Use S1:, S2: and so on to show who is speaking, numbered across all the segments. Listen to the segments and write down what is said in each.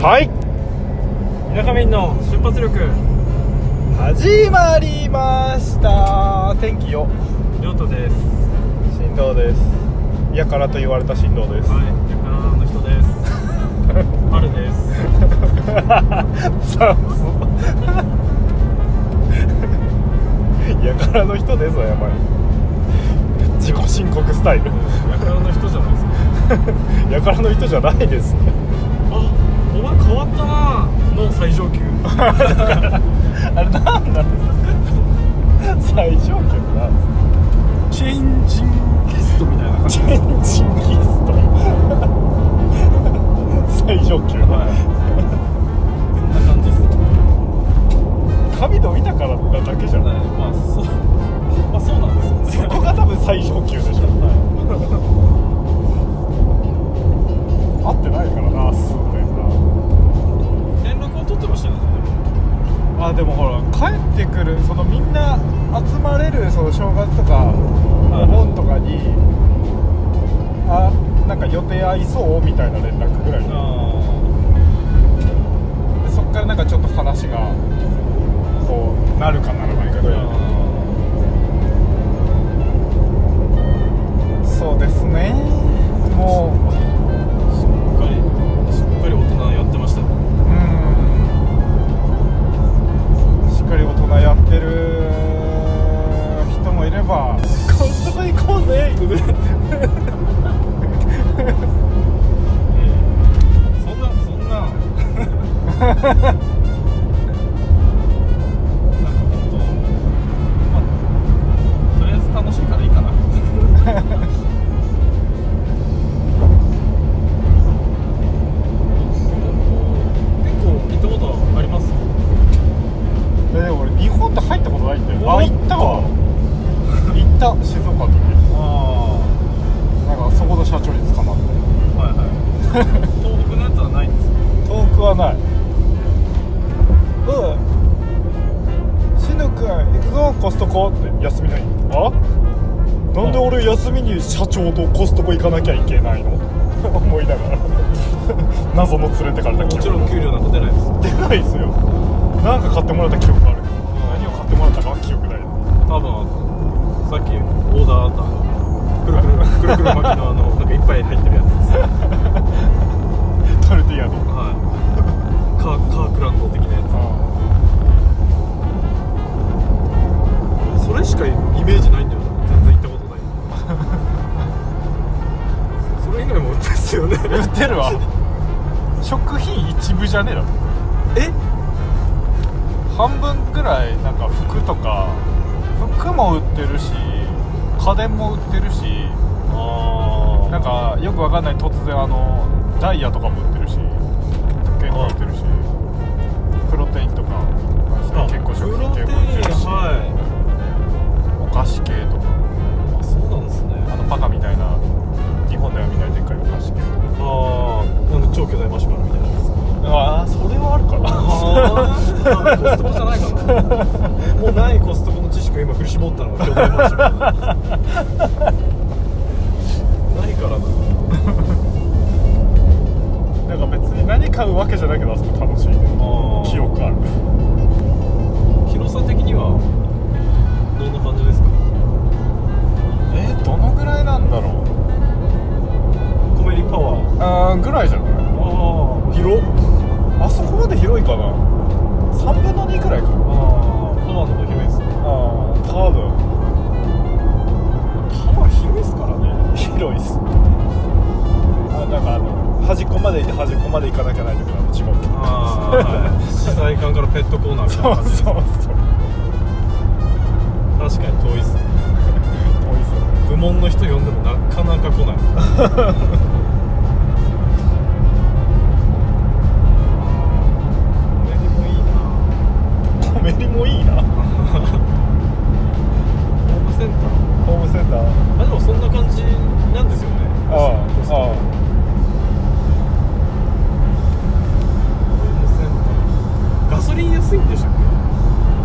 S1: はい
S2: 田舎民の瞬発力
S1: 始まりました天気よ
S2: 亮太です
S1: 振動ですやからと言われた振動 です
S2: はい田舎の人です春です
S1: さあやからの人ですわやばい自己申告スタイル
S2: 田舎の人じゃないですか
S1: やからの人じゃないです
S2: あお前変わったなの最上級
S1: あれなんなんですか最上級なんですか
S2: チェンジンギストみたいな感
S1: チェンジンギスト 最上級
S2: はいそんな感じです
S1: 神の見たからなだけじゃない
S2: まあそうまあそうなんです
S1: そ
S2: よね
S1: こが多分最上級でしょ、合ってないからな数年
S2: 連絡を取ってましたよね
S1: なあでもほら帰ってくるそのみんな集まれるその正月とかお盆とかにあなんか予定合いそうみたいな連絡ぐらいで
S2: あ
S1: そっからなんかちょっと話がこうなるかならないかぐらいそうですねもう
S2: しっかりしっかり大人やってましたね
S1: うんしっかり大人やってる人もいれば「コストコ行こうぜ!」
S2: そんなそんななんか本当まあとりあえず楽しいからいいかな結構行ったことあります
S1: えでも俺日本って入ったことないんだよ
S2: お
S1: あ行ったわ行った静岡の時
S2: あ
S1: なんかそこの社長に捕まって
S2: あはいはい東北のやつはないんですか
S1: 遠くはないおいしのくん行くぞコストコって休みないあなんで俺休みに社長とコストコ行かなきゃいけないの 思いながら 謎の連れてかれた
S2: も
S1: 記
S2: ち
S1: 憶
S2: ろん給料なんか出ないです
S1: 出ないですよなんか買ってもらった記憶があるけど何を買ってもらったかは記憶ない
S2: 多分さっきオーダーあったくるくるくるくる巻きのあのなんかいっぱい入ってるやつです
S1: トルティーヤの
S2: はいカーカークランド的なやつそれしかイメージないんだよな全然行ったことないそれ以外も売ってますよ
S1: 売
S2: ね
S1: ってるわ 食品一部じゃねえだろ
S2: え
S1: 半分くらいなんか服とか服も売ってるし家電も売ってるし
S2: ああ
S1: なんかよくわかんない突然あのダイヤとかも売ってるし時計とか売ってるしプロテインとか
S2: あ
S1: 結構食品系も売ってるし、
S2: は
S1: お菓子系とか
S2: いあそうなんですね
S1: あのバカみたいな日本では見ないでっかいお菓子系と
S2: ああなんで超巨大マシュマロみたいなやつ
S1: かああそれはあるか
S2: ああコストコじゃないかなもうないコストコの知識を今振り絞ったのが巨大マンションないからな
S1: なんか別に何買うわけじゃないけどあそこ楽しい記憶ある
S2: 広さ的にはどんな感じですか
S1: えー、どのぐらいなんだろう
S2: コメリパワー
S1: あーぐらいじゃない
S2: ああ広
S1: あそこまで広いかな3分の2くらいかな
S2: ああパワーの方が広いですね
S1: ああ多分
S2: パワー広いですからね
S1: 広いっすあなんかあの端っこまで行って端っこまで行かなきゃないとかの地獄
S2: ああはい資材館からペットコーナーみたい
S1: そ
S2: な
S1: う
S2: 感じです
S1: そうそう
S2: 確かに遠いですね
S1: 遠いっすよね
S2: 部門の人呼んでもなかなか来ないメリもいいな
S1: コメリもいいな
S2: ホームセンター
S1: ホームセンター
S2: あでもそんな感じなんですよね
S1: あ
S2: コ
S1: あ
S2: スト
S1: あ
S2: ホームセンターガソリン安いんでしたっけ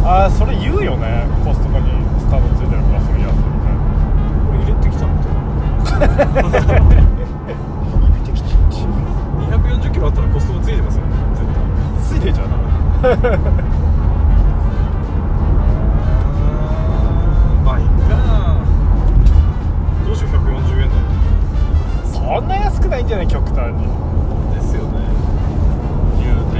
S1: ああーそれ言うよねコストコにスタバついてるガソリン安いみたいな
S2: 俺入れてきたの240キロあったらコストコついてますよね
S1: ねえじゃん
S2: まあいいかどうしよう140円だ
S1: そんな安くないんじゃない極端に
S2: よですよね言うて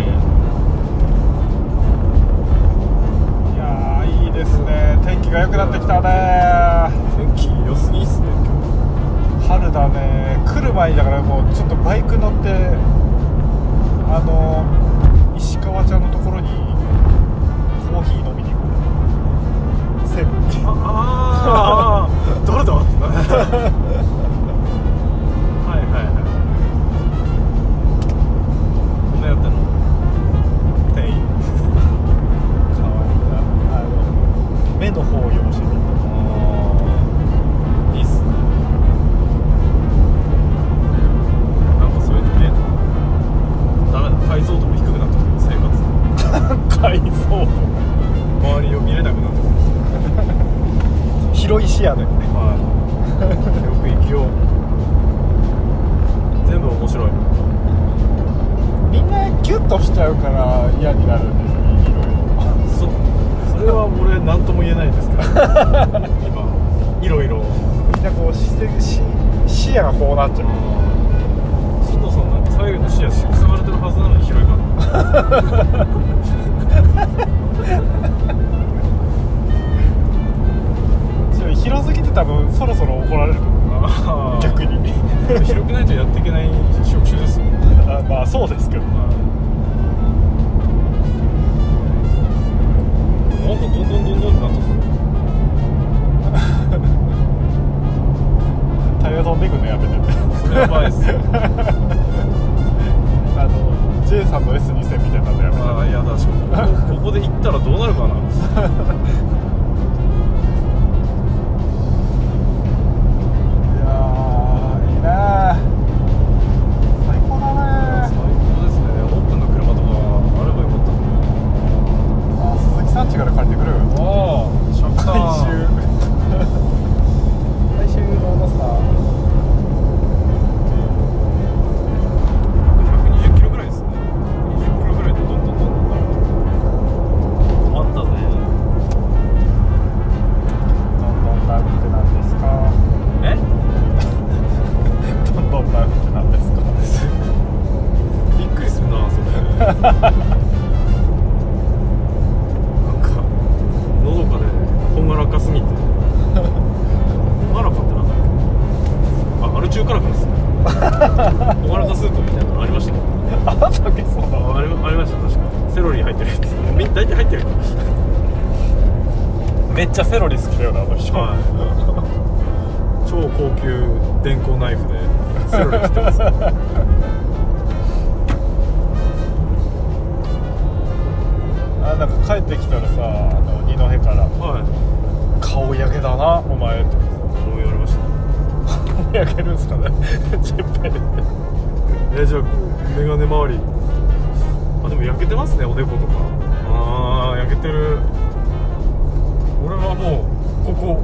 S1: いやーいいですね天気が良くなってきたね
S2: 天気良すぎっすね今
S1: 春だね来る前にだからもうちょっとバイク乗ってあの石川ちゃんのところにコーヒー飲みに行こうセブン
S2: 日 ああ誰だはいはいはいこんなやったの店
S1: 可
S2: 員
S1: 愛いなあの目の方をよろしい
S2: あーいいっすねなんかそういうのねダメだ解像度も低くなってくる生活
S1: 改造
S2: 周りを見れなくなってくる
S1: 広い視野で
S2: はいよく生きよう全部面白い
S1: みんなギュッとしちゃうから嫌になるんですよいろいろ
S2: そそれは俺何とも言えないですから今いろいろ
S1: みんなこう視線視視野がこうなっちゃう
S2: 進藤さんなんか左右の視野塞がれてるはずなのに広いから
S1: ちょっと広すぎて多分そろそろ怒られると思う
S2: あー
S1: 逆に
S2: 広くないとやっていけない職種ですよ
S1: あまあそうですけど
S2: なんかどんどんどんどんなって
S1: タイヤ飛んでくのやめて
S2: それやばいっすよ
S1: あの J さんの S2000 みたいなのやめて
S2: ああいやだしかもここで行ったらどうなるかな
S1: いやーいいなー最高だね
S2: 最高ですねオープンの車とかあればよかった
S1: あ鈴木さんちから借りてくる
S2: ああシャッ
S1: 回収回収ロードスター
S2: 120キロぐらいですね20キロぐらいでどんどんどんどんなるあったぜ
S1: どんどんダウンってなんですか
S2: え
S1: どんどんダウンってなんですか
S2: びっくりするなそれなんかのどかでほんがらかすぎてほんがらかってなんだっけあアル中からかですねほがらかスープみたいなのありましたけど
S1: あなたっけそんなの
S2: あありありました確かセロリ入ってるやつみ大体入ってる
S1: めっちゃセロリ好きだよなあの人
S2: 超高級電光ナイフでセロリ切ってます
S1: あなんか帰ってきたらさあの二戸から
S2: はい
S1: 「顔焼けだなお前」って
S2: 思い言われました
S1: 顔焼けるんすかね ジッペンで
S2: えじゃあメガネ周りあでも焼けてますねおでことかあー焼けてる俺はもうここ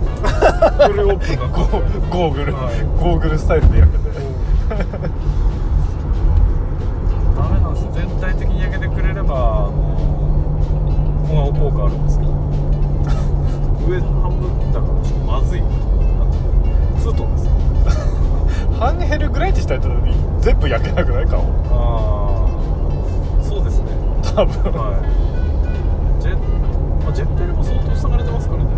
S2: フルオープンな
S1: ゴ
S2: ここ
S1: ーゴーグル、
S2: はい
S1: ゴーグルスタイルで焼けて
S2: ダメなんですよ全体的に焼けてくれればあの小顔効果あるんですけど上半分だからちょっとまずいなツートンですよ
S1: ハンヘルグレージしたいとに全部焼けなくない顔
S2: ああそうですね
S1: 多分
S2: はいジェ,、まあ、ジェッペルも相当下がれてますからね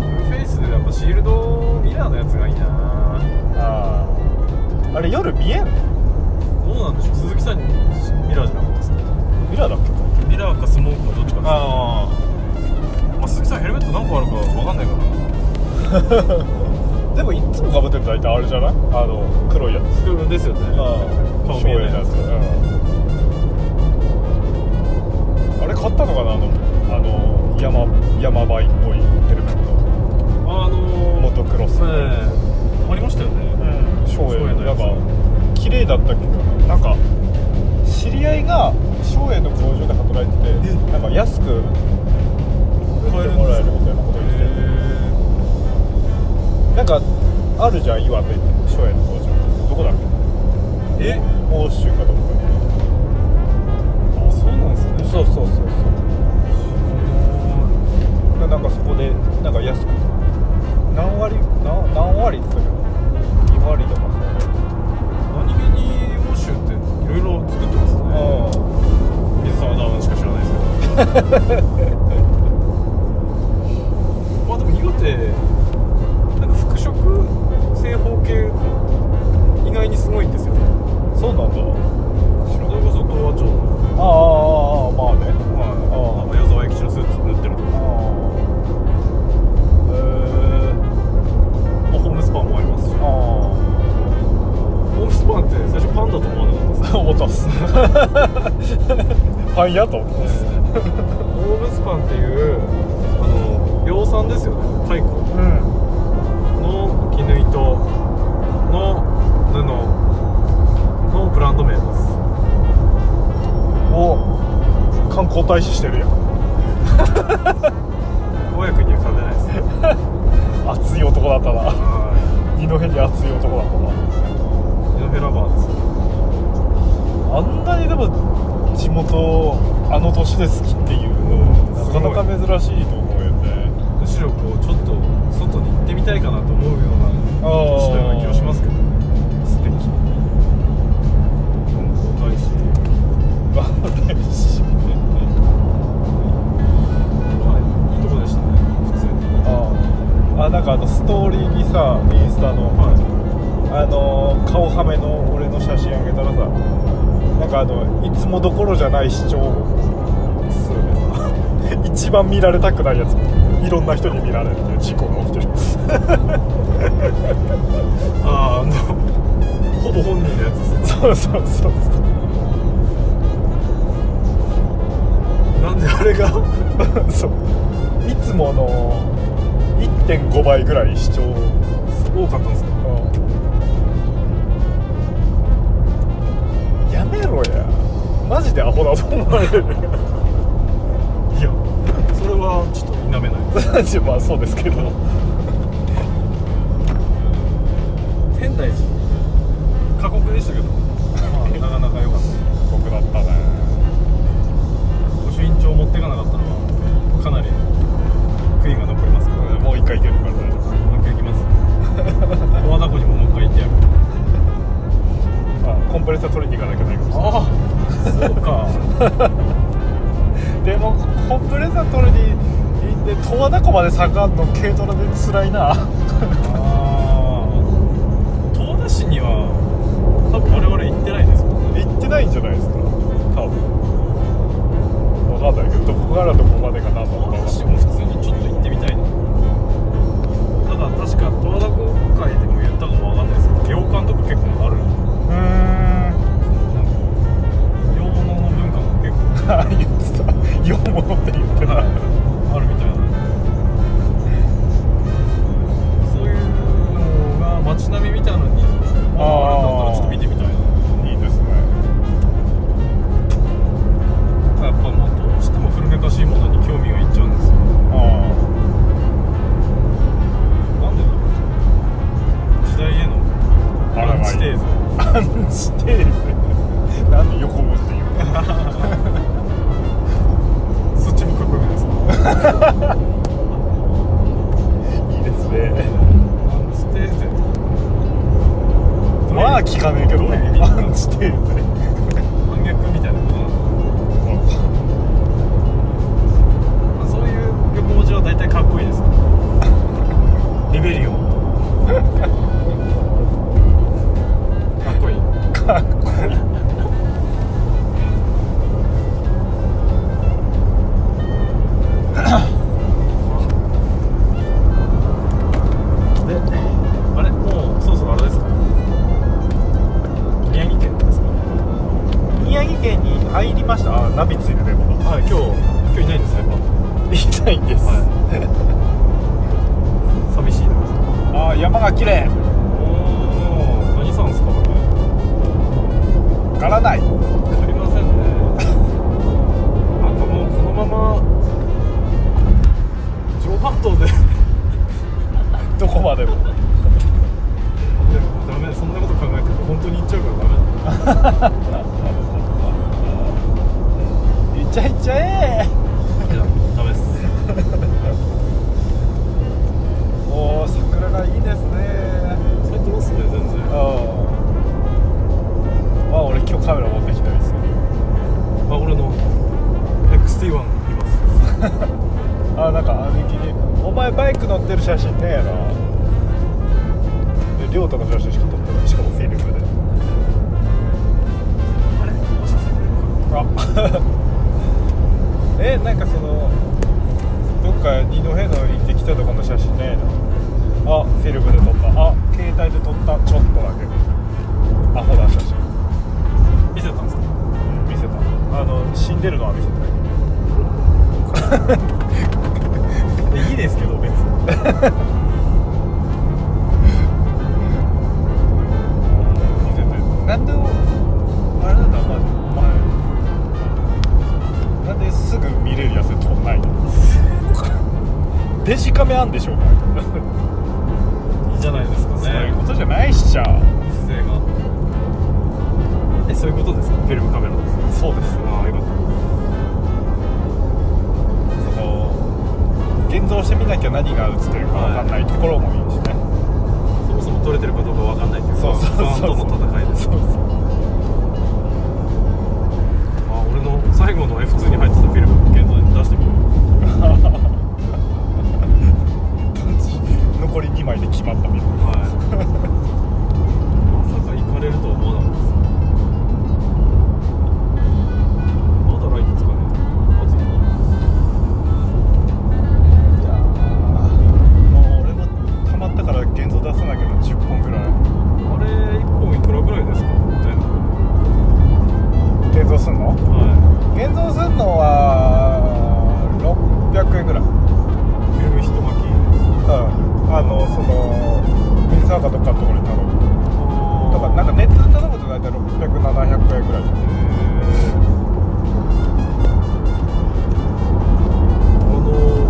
S2: フルフェイスやっぱシールドミラーのやつがいいな
S1: あああれ夜見えんの
S2: どうなんでしょう鈴木さんにミラーじゃなかったですか
S1: ミラーだっけ
S2: ミラーかスモークかどっちかです
S1: あ
S2: まあ、鈴木さんヘルメット何個あるかわかんないからな
S1: あでもいっつもかぶってるの大体あれじゃないあの黒いやつ
S2: ですよね
S1: あ
S2: 顔
S1: あ
S2: 見えないやつ
S1: あれ買ったのかなあのあの山山バイっぽいヘルメット
S2: あのー、
S1: モトクロス
S2: ええありましたよね
S1: 照英の
S2: 照英の
S1: な
S2: や
S1: ん
S2: つ
S1: か綺麗だったけどなんか知り合いが照英の工場で働いてて
S2: え
S1: なんか安く売ってもらえるみたいなこと言ってて
S2: え
S1: なんかあるじゃん岩手って照英の工場どこだっけ
S2: え
S1: 欧州かどっか
S2: あそうなんですね
S1: そうそうそうそうなんかそこでなんか安く何割何何割って言ってたけど2割とかさ
S2: 何気に欧州っていろいろ作ってますね
S1: う
S2: 水沢ダウンしか知らないですけどまあでも岩手なんか服飾正方形意外にすごいんですよね
S1: んそうなんだ
S2: それこそ東和町の、
S1: ああああまあね
S2: はい、なんか矢沢永吉のスーツ塗ってる
S1: あ
S2: とか
S1: あ
S2: まあホームスパンもありますし
S1: あ
S2: ホームスパンって最初パンダと思わなかったです
S1: あ 思ったっすファンやと思ったっす
S2: ホームスパンっていうあの養蚕ですよね
S1: う
S2: 太古
S1: ん
S2: の絹糸の布のブランド名です
S1: お観光大使してるやん
S2: 公約には勝てないですね
S1: 熱い男だったな
S2: は
S1: 二戸に熱い男だったない
S2: イノフェラバーですよ
S1: あんなにでも地元あの年で好きっていうのなかなか珍しいと思うよね
S2: むしろこうちょっと外に行ってみたいかなと思うような
S1: あー
S2: したような気がしますけどね素敵本当大使 はいいいとこでしたね普通に
S1: ああなんかあのストーリーにさインスタの、
S2: は
S1: あのー顔はめの俺の写真あげたらさなんかあのいつもどころじゃない主張数でさ 一番見られたくないやついろんな人に見られるっていう事故が起きてる
S2: いあああのほぼ本人のやつですね
S1: そうそうそうそう
S2: なんであれが
S1: そういつもの1.5倍ぐらい視聴
S2: 多かったんですか
S1: やめろやマジでアホだと思われる
S2: いやそれはちょっと否めないです
S1: マジまあそうですけど
S2: 天台寺過酷でしたけど、まあ、なかなか良かった
S1: 酷だったね
S2: 御朱印帳を持っていかなかったのはかなり悔いが残りますけどね
S1: もう一回いけるから大丈夫
S2: う一回行きます十和田湖にももう一回行ってやる
S1: あコンプレッサー取りに行かなきゃいけないかもしれない
S2: ああそうか
S1: でもコンプレッサー取りに行って十和田湖まで下がんの軽トラで辛いな
S2: ああ十和田市には多分我々行ってないですもんね
S1: 行ってないんじゃないですか
S2: 多分
S1: 分かんないけどどこからどこまでかなんだろう
S2: 十和
S1: な
S2: 田市も普通にちょっと行ってみたいなただ確か十和田湖会でも言ったかもわかんないですけど洋館とか結構ある
S1: うーん
S2: なんか洋物の文化も結構
S1: あ言ってた「よもの」って言ってた、、
S2: あるみたいなそういうのが街並みみたいなのにああるんだったらちょっと見てみたいない
S1: いですね
S2: やっぱもうどうしても古めかしいものに興味がいっちゃうんですよ
S1: あ
S2: なんでだろう時代への
S1: あら
S2: アンチテーゼ
S1: アンチテーゼなんで横文字で言 うの
S2: そっちもかっこよくないですか
S1: いいですね
S2: アンチテーゼ
S1: まあ聞かねえけど
S2: どういう意味
S1: アンチテーゼ
S2: 反逆みたいなことなのまあそういう旅行地は大体かっこいいですねリベリオンかっこいい
S1: かっこいい
S2: であれもうそろそろあれですか宮城県ですか
S1: 宮城県に入りましたあナビついてねまだ
S2: はい今日今日いないんですよやっ
S1: いないんです、
S2: ぱ寂しいな
S1: あ山が綺麗
S2: おお何さんですかこれ
S1: わからない
S2: わかりませんねなんかもうこのまま上半島で
S1: どこまでも
S2: ダメそんなこと考えてると本当に行っちゃうからダメ
S1: いっちゃいっちゃえ
S2: いやダメです
S1: おお桜がいいですね
S2: 咲いてますね全然あ
S1: ああ俺今日カメラ持ってきたんですよ
S2: 俺の XT1 います
S1: あなんか兄貴に「お前バイク乗ってる写真ねえな」で亮太の写真しか撮ってないしかもフィルムで
S2: あれおしゃせてる
S1: あ えなんかそのどっか二戸の行ってきたとこの写真ねえなあフィルムで撮ったあ携帯で撮ったちょっとだけアホな写真
S2: か見せたんですか
S1: 見せたあの死んでるのは見せた
S2: いいですけど別に
S1: 見せてなんであれなんだまあ前なんですぐ見れるやつ撮んないのデジカメあんでしょうか
S2: いいじゃないですか
S1: そうい
S2: ね
S1: うことじゃないっしちゃ
S2: 姿勢がえそういうことですかフィルムカメラです
S1: そうです
S2: ああよかった
S1: その現像してみなきゃ何が映ってるかわかんないところもいいしね、
S2: そもそも撮れてるかどうかわかんないけど
S1: そうそうそう
S2: 不安との戦いです
S1: そうそう
S2: あ俺の最後の F2 に入ってたフィルム現像で出してみる
S1: 残り2枚で決まったみたいな
S2: はいまさか行かれるとは思わなかったですまだライトつかねえ暑い
S1: やー
S2: ない
S1: もう俺も溜まったから現像出さなきゃ10本ぐらい
S2: あれ1本いくらぐらいですか全部
S1: 現像すんの
S2: は
S1: 現像すんのは600円ぐらい
S2: いフィルム一巻き
S1: うんあのその水沢かどっかのところに頼むだからなんか
S2: か
S1: ネットで頼むと大体600700円ぐらい
S2: えーあのも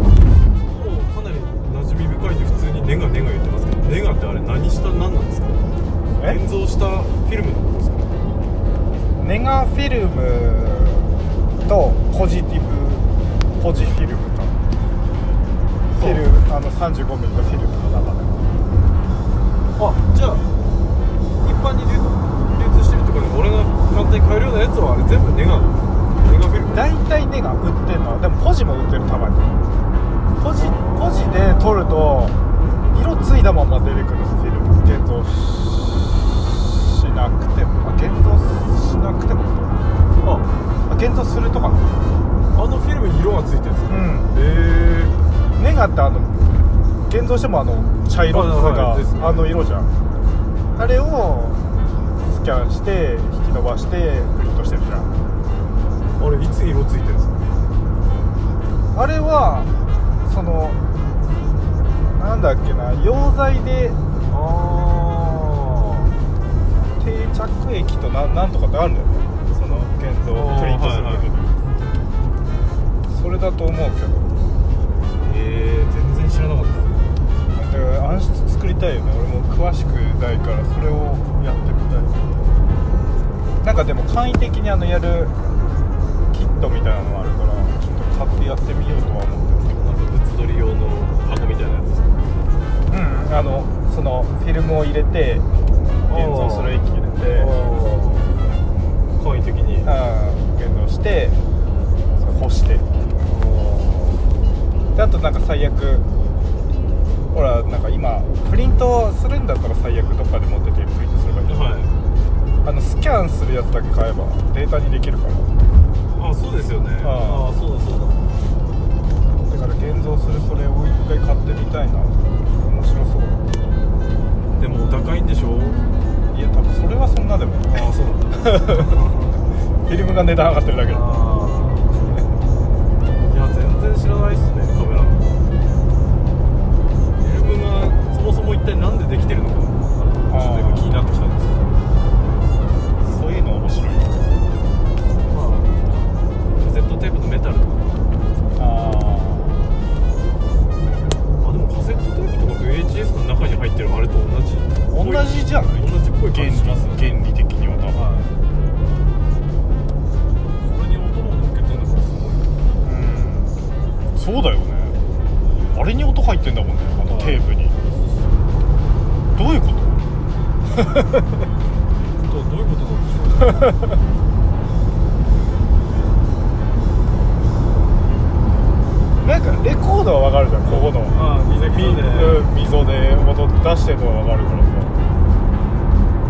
S2: うかなり馴染み深いんで普通にネガネガ言ってますけどネガってあれ何した何なんですか
S1: え
S2: 現像したフィルムのことですか
S1: ネガフィルムとポジティブポジフィルムとフィルムあの 35mm のフィルムの中で
S2: あじゃあ一般に流流通してるってことか俺が簡単に買えるようなやつはあれ全部ネガネガフィルム
S1: 大体ネガ売ってんのはでもポジも売ってるたまにポジポジで撮ると色ついたまま出てくるフィルム現像ししなくてもあ現像しなくても
S2: あ
S1: あ現像するとか
S2: あのフィルムに色がついてるんですか
S1: うん
S2: へえ
S1: ネガってあの現像してもあの茶色っつう
S2: はいはい
S1: か
S2: ですね
S1: あの色じゃんあれをスキャンして引き伸ばしてプリントしてるじゃん
S2: あれいつ色ついてるんですか
S1: あれはそのなんだっけな溶剤で
S2: あ
S1: 定着液とななんとかってあるんだよねその現像
S2: あー
S1: プリントする時に、それだと思うけど
S2: あえー、全然知らなかった
S1: だから暗室作りたいよね俺も詳しくないからそれをやってみたいなんかでも簡易的にあのやるキットみたいなのがあるからちょっと買ってやってみようとは思ってる
S2: なんか物撮り用の箱みたいなやつですか
S1: けどうんあのそのフィルムを入れて現像する液入れて
S2: 簡易的に
S1: うん現像してそれ干してであとなんか最悪ほらなんか今プリントするんだったら最悪どっかで持っててプリントすればいい、
S2: は
S1: あのスキャンするやつだけ買えばデータにできるから
S2: いあそうですよね
S1: ああ
S2: ああそうだそう
S1: だ
S2: だ
S1: から現像するそれを一回買ってみたいな面白そうだ
S2: でもお高いんでしょ
S1: いや多分それはそんなでもない
S2: ああそうなんだ
S1: フィルムが値段上がってるだけだ
S2: あーいや全然知らないっすねカメラのフィルムがそもそも一体なんでできてるのか
S1: あー
S2: ちょっと今気になってきたんですけど
S1: そういうの面白い
S2: まあカセットテープとメタルとか
S1: あ
S2: あでもカセットテープとか VHS の中に入ってるあれと同じ
S1: 同じじゃない
S2: 同じっぽい
S1: 原
S2: 感
S1: 理
S2: じしますね
S1: 原理的には多分
S2: はい
S1: そうだよねあれに音入ってんだもんねあのテープにどういうこと
S2: どどういうことなんでしょう
S1: なんかレコードはわかるじゃんここの
S2: ああ水着
S1: み
S2: さんで
S1: うん溝で音出してるのはわかるからさ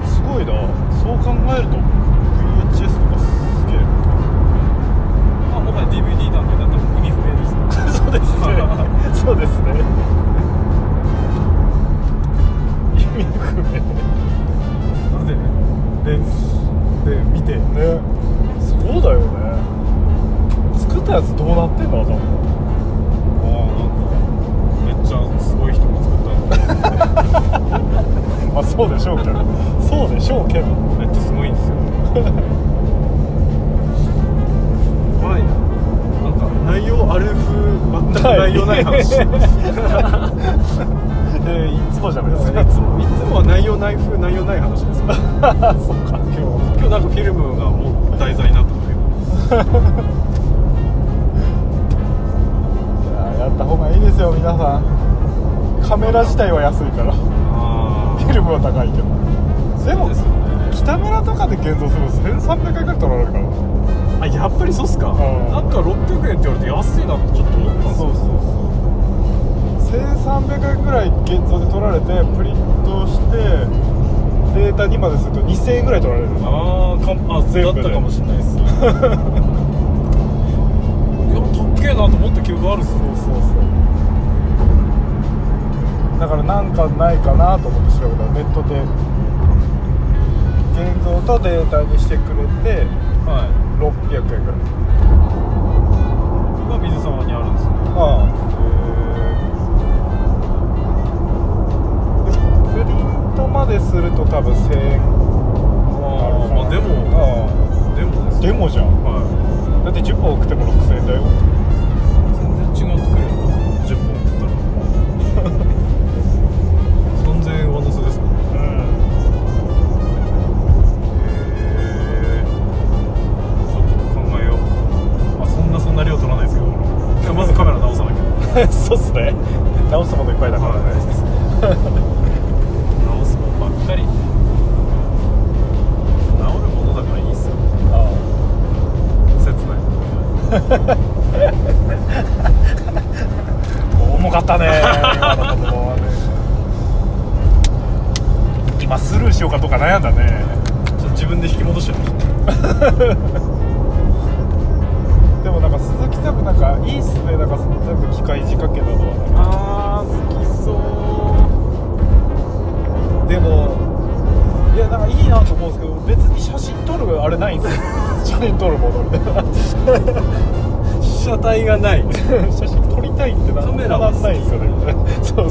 S1: すごいなそう考えると VHS とかすげえ
S2: まあもはや DVD なんてだったら意味不明ですか
S1: そうです ねそうですね意味不明
S2: らなんでレンズで見て
S1: ねそうだよね作ったやつどうなってんだ頭
S2: ああなんかめっちゃすごい人が作ったの
S1: まあそうでしょうけどそうでしょうけど
S2: めっちゃすごいんですよ怖いななんか内容ある風全く内容ない話
S1: はい
S2: い
S1: えーいつもじゃないですか
S2: つもいつもは内容ない風内容ない話ですから
S1: そうか今日
S2: 今日なんかフィルムがもう題材になったという
S1: いややった方がいいですよ皆さんカメラ自体は安いからフ
S2: あ
S1: ィルムは高いけど
S2: あ
S1: でも
S2: ですよね
S1: 北村とかで現像すると1300円くらい取られるから
S2: あやっぱりそうっすか
S1: ん
S2: なんか600円って言われて安いなってちょっと思ったんです
S1: そ
S2: よ
S1: うそうそう1300円ぐらい現像で取られてプリントしてデータにまですると2000円ぐらい取られるの
S2: あーかあ
S1: 全
S2: だ
S1: 部
S2: っ
S1: で
S2: たかもしれないですいやかっけえなと思った記憶あるっすよ
S1: そうそうそうだからなんかないかなと思って調べたらネットで現像とデータにしてくれて
S2: はい
S1: 600円ぐらい
S2: 僕は水沢にあるんですよ
S1: ああへえでもプリントまですると多分1000円
S2: あーまあでも
S1: あ
S2: でもです
S1: あでもじゃん
S2: は
S1: だって10本送っても6000円だよ
S2: い全然違ってくれるな10本送ったら3000円上乗せですもんね
S1: うん
S2: へえちょっと考えようまあそんなそんな量取らないですけど俺いやまずカメラ直さなきゃ
S1: そうっすね直すものいっぱいだからね、
S2: 直すもんばっかり直るものだからいいっすよ
S1: あ
S2: 切ない
S1: あ重か ったね今の言葉はね今スルーしようかどうか悩んだね
S2: ちょっと自分で引き戻しちゃいました
S1: でもなんか鈴木さんもなんかいいっすねなんか全部機械仕掛けなのはなんか
S2: あー好きそ
S1: でもいやなんかいいなと思うんですけど別に写真撮るあれないんですよ写真撮るもの みたいな
S2: う被写体がない
S1: 写真撮りたいってな
S2: カメラは
S1: は
S2: 好き
S1: ないんですよね みたいなそうそう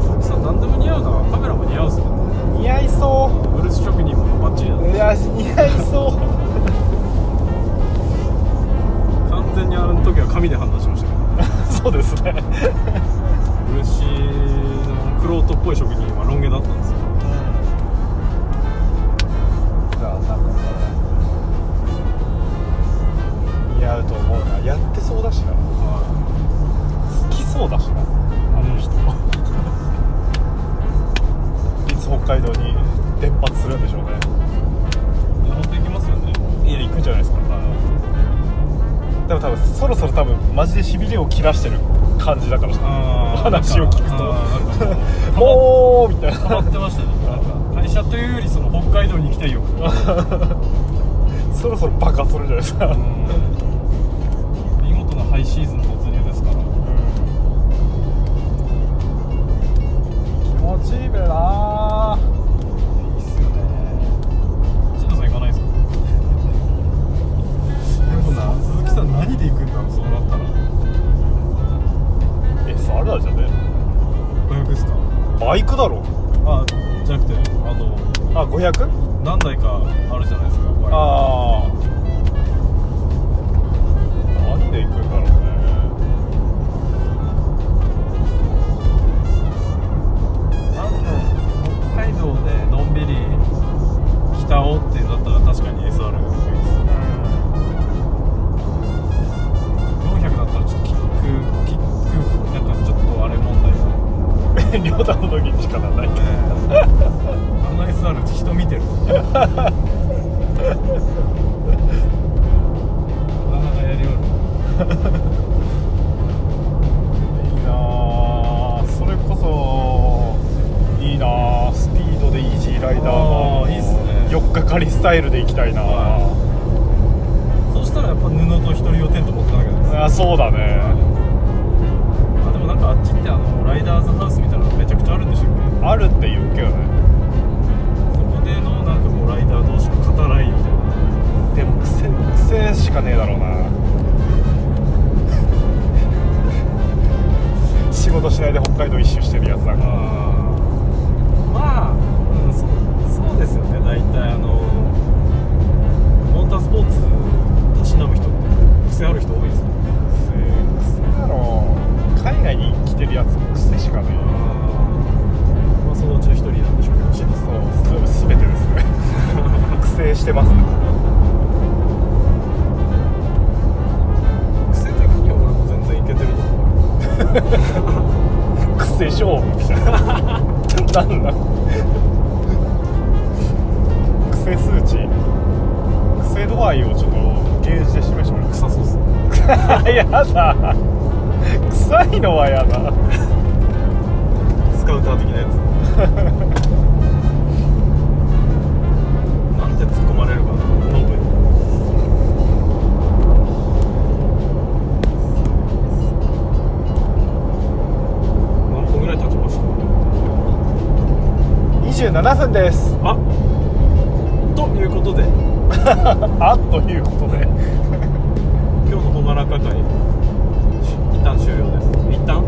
S2: 鈴木さん何でも似合うなカメラも似合うっすよね
S1: 似合いそ
S2: ブルース職人もバッチリだ
S1: ういや似合いそう
S2: 完全にあの時は紙で判断しましたけど
S1: そうですね
S2: 漆のクロートっぽい職人はロン毛だったんですよ
S1: じゃあなんか似合うと思うなやってそうだしな
S2: は
S1: 好きそうだしなあの人いつ北海道に伝発するんでしょうね
S2: いや本当行きますよね
S1: いや行くんじゃないですかでも多分そろそろ多分マジでしびれを切らしてる感じだから
S2: あー
S1: 話を聞くと
S2: あーなるほど
S1: もうみたい
S2: ハマ
S1: な
S2: ってましたねなんか会社というよりその北海道に行きたい欲が
S1: そろそろ爆発するんじゃないですか
S2: 見事なハイシーズン突入ですから
S1: 気持ちいいべない
S2: いっすよね新藤さん行かないですかでもな鈴木さん何で行くんだろうそうなったら
S1: えそれだじゃね
S2: 500ですか
S1: バイクだろ
S2: あじゃなくてあの
S1: あ 500?
S2: 何台かあるじゃないですかバイク
S1: ああ何で行くんだろうね
S2: なんか北海道でのんびり北をってなったら確かに SR が多いです
S1: 時間がないけど
S2: あんなに座ると人見てる なかなかやりよる
S1: いいなあそれこそいいなあスピードでイージーライダー
S2: あ
S1: の
S2: ーいいっすね
S1: 4日借りスタイルで行きたいな
S2: はそしたらやっぱ布と一人用テント持ってなきゃです
S1: あそうだね
S2: あでもなんかあっちってあのライダーズハウスみたいなのめちゃくちゃあるんでしたっけ
S1: あるって言うけどね
S2: そこでのなんかこうライダー同士の語らいみたいな
S1: でも癖癖しかねえだろうな 仕事しないで北海道一周してるやつだから
S2: まあ、うん、そうそうですよね大体あのモータースポーツたしなむ人って癖ある人多いですよね
S1: 癖癖だろう海外に来てるやつ癖しかねえ
S2: まあそのうちの一人なんでしょうけど知らず
S1: そうす全てですね苦戦してますね
S2: 癖的には俺も全然いけてると思う
S1: 苦戦勝負みたい ななんだ癖数値癖度合いをちょっとゲージで示してもらいます
S2: 臭そうっすね
S1: やだ臭いのはやだ
S2: スカウター的なやつ なんて突っ込まれるかなノブに何分ぐらい経ちました
S1: 27分です
S2: あということで
S1: あっということ で
S2: 今日のほがらか会一旦終了です一旦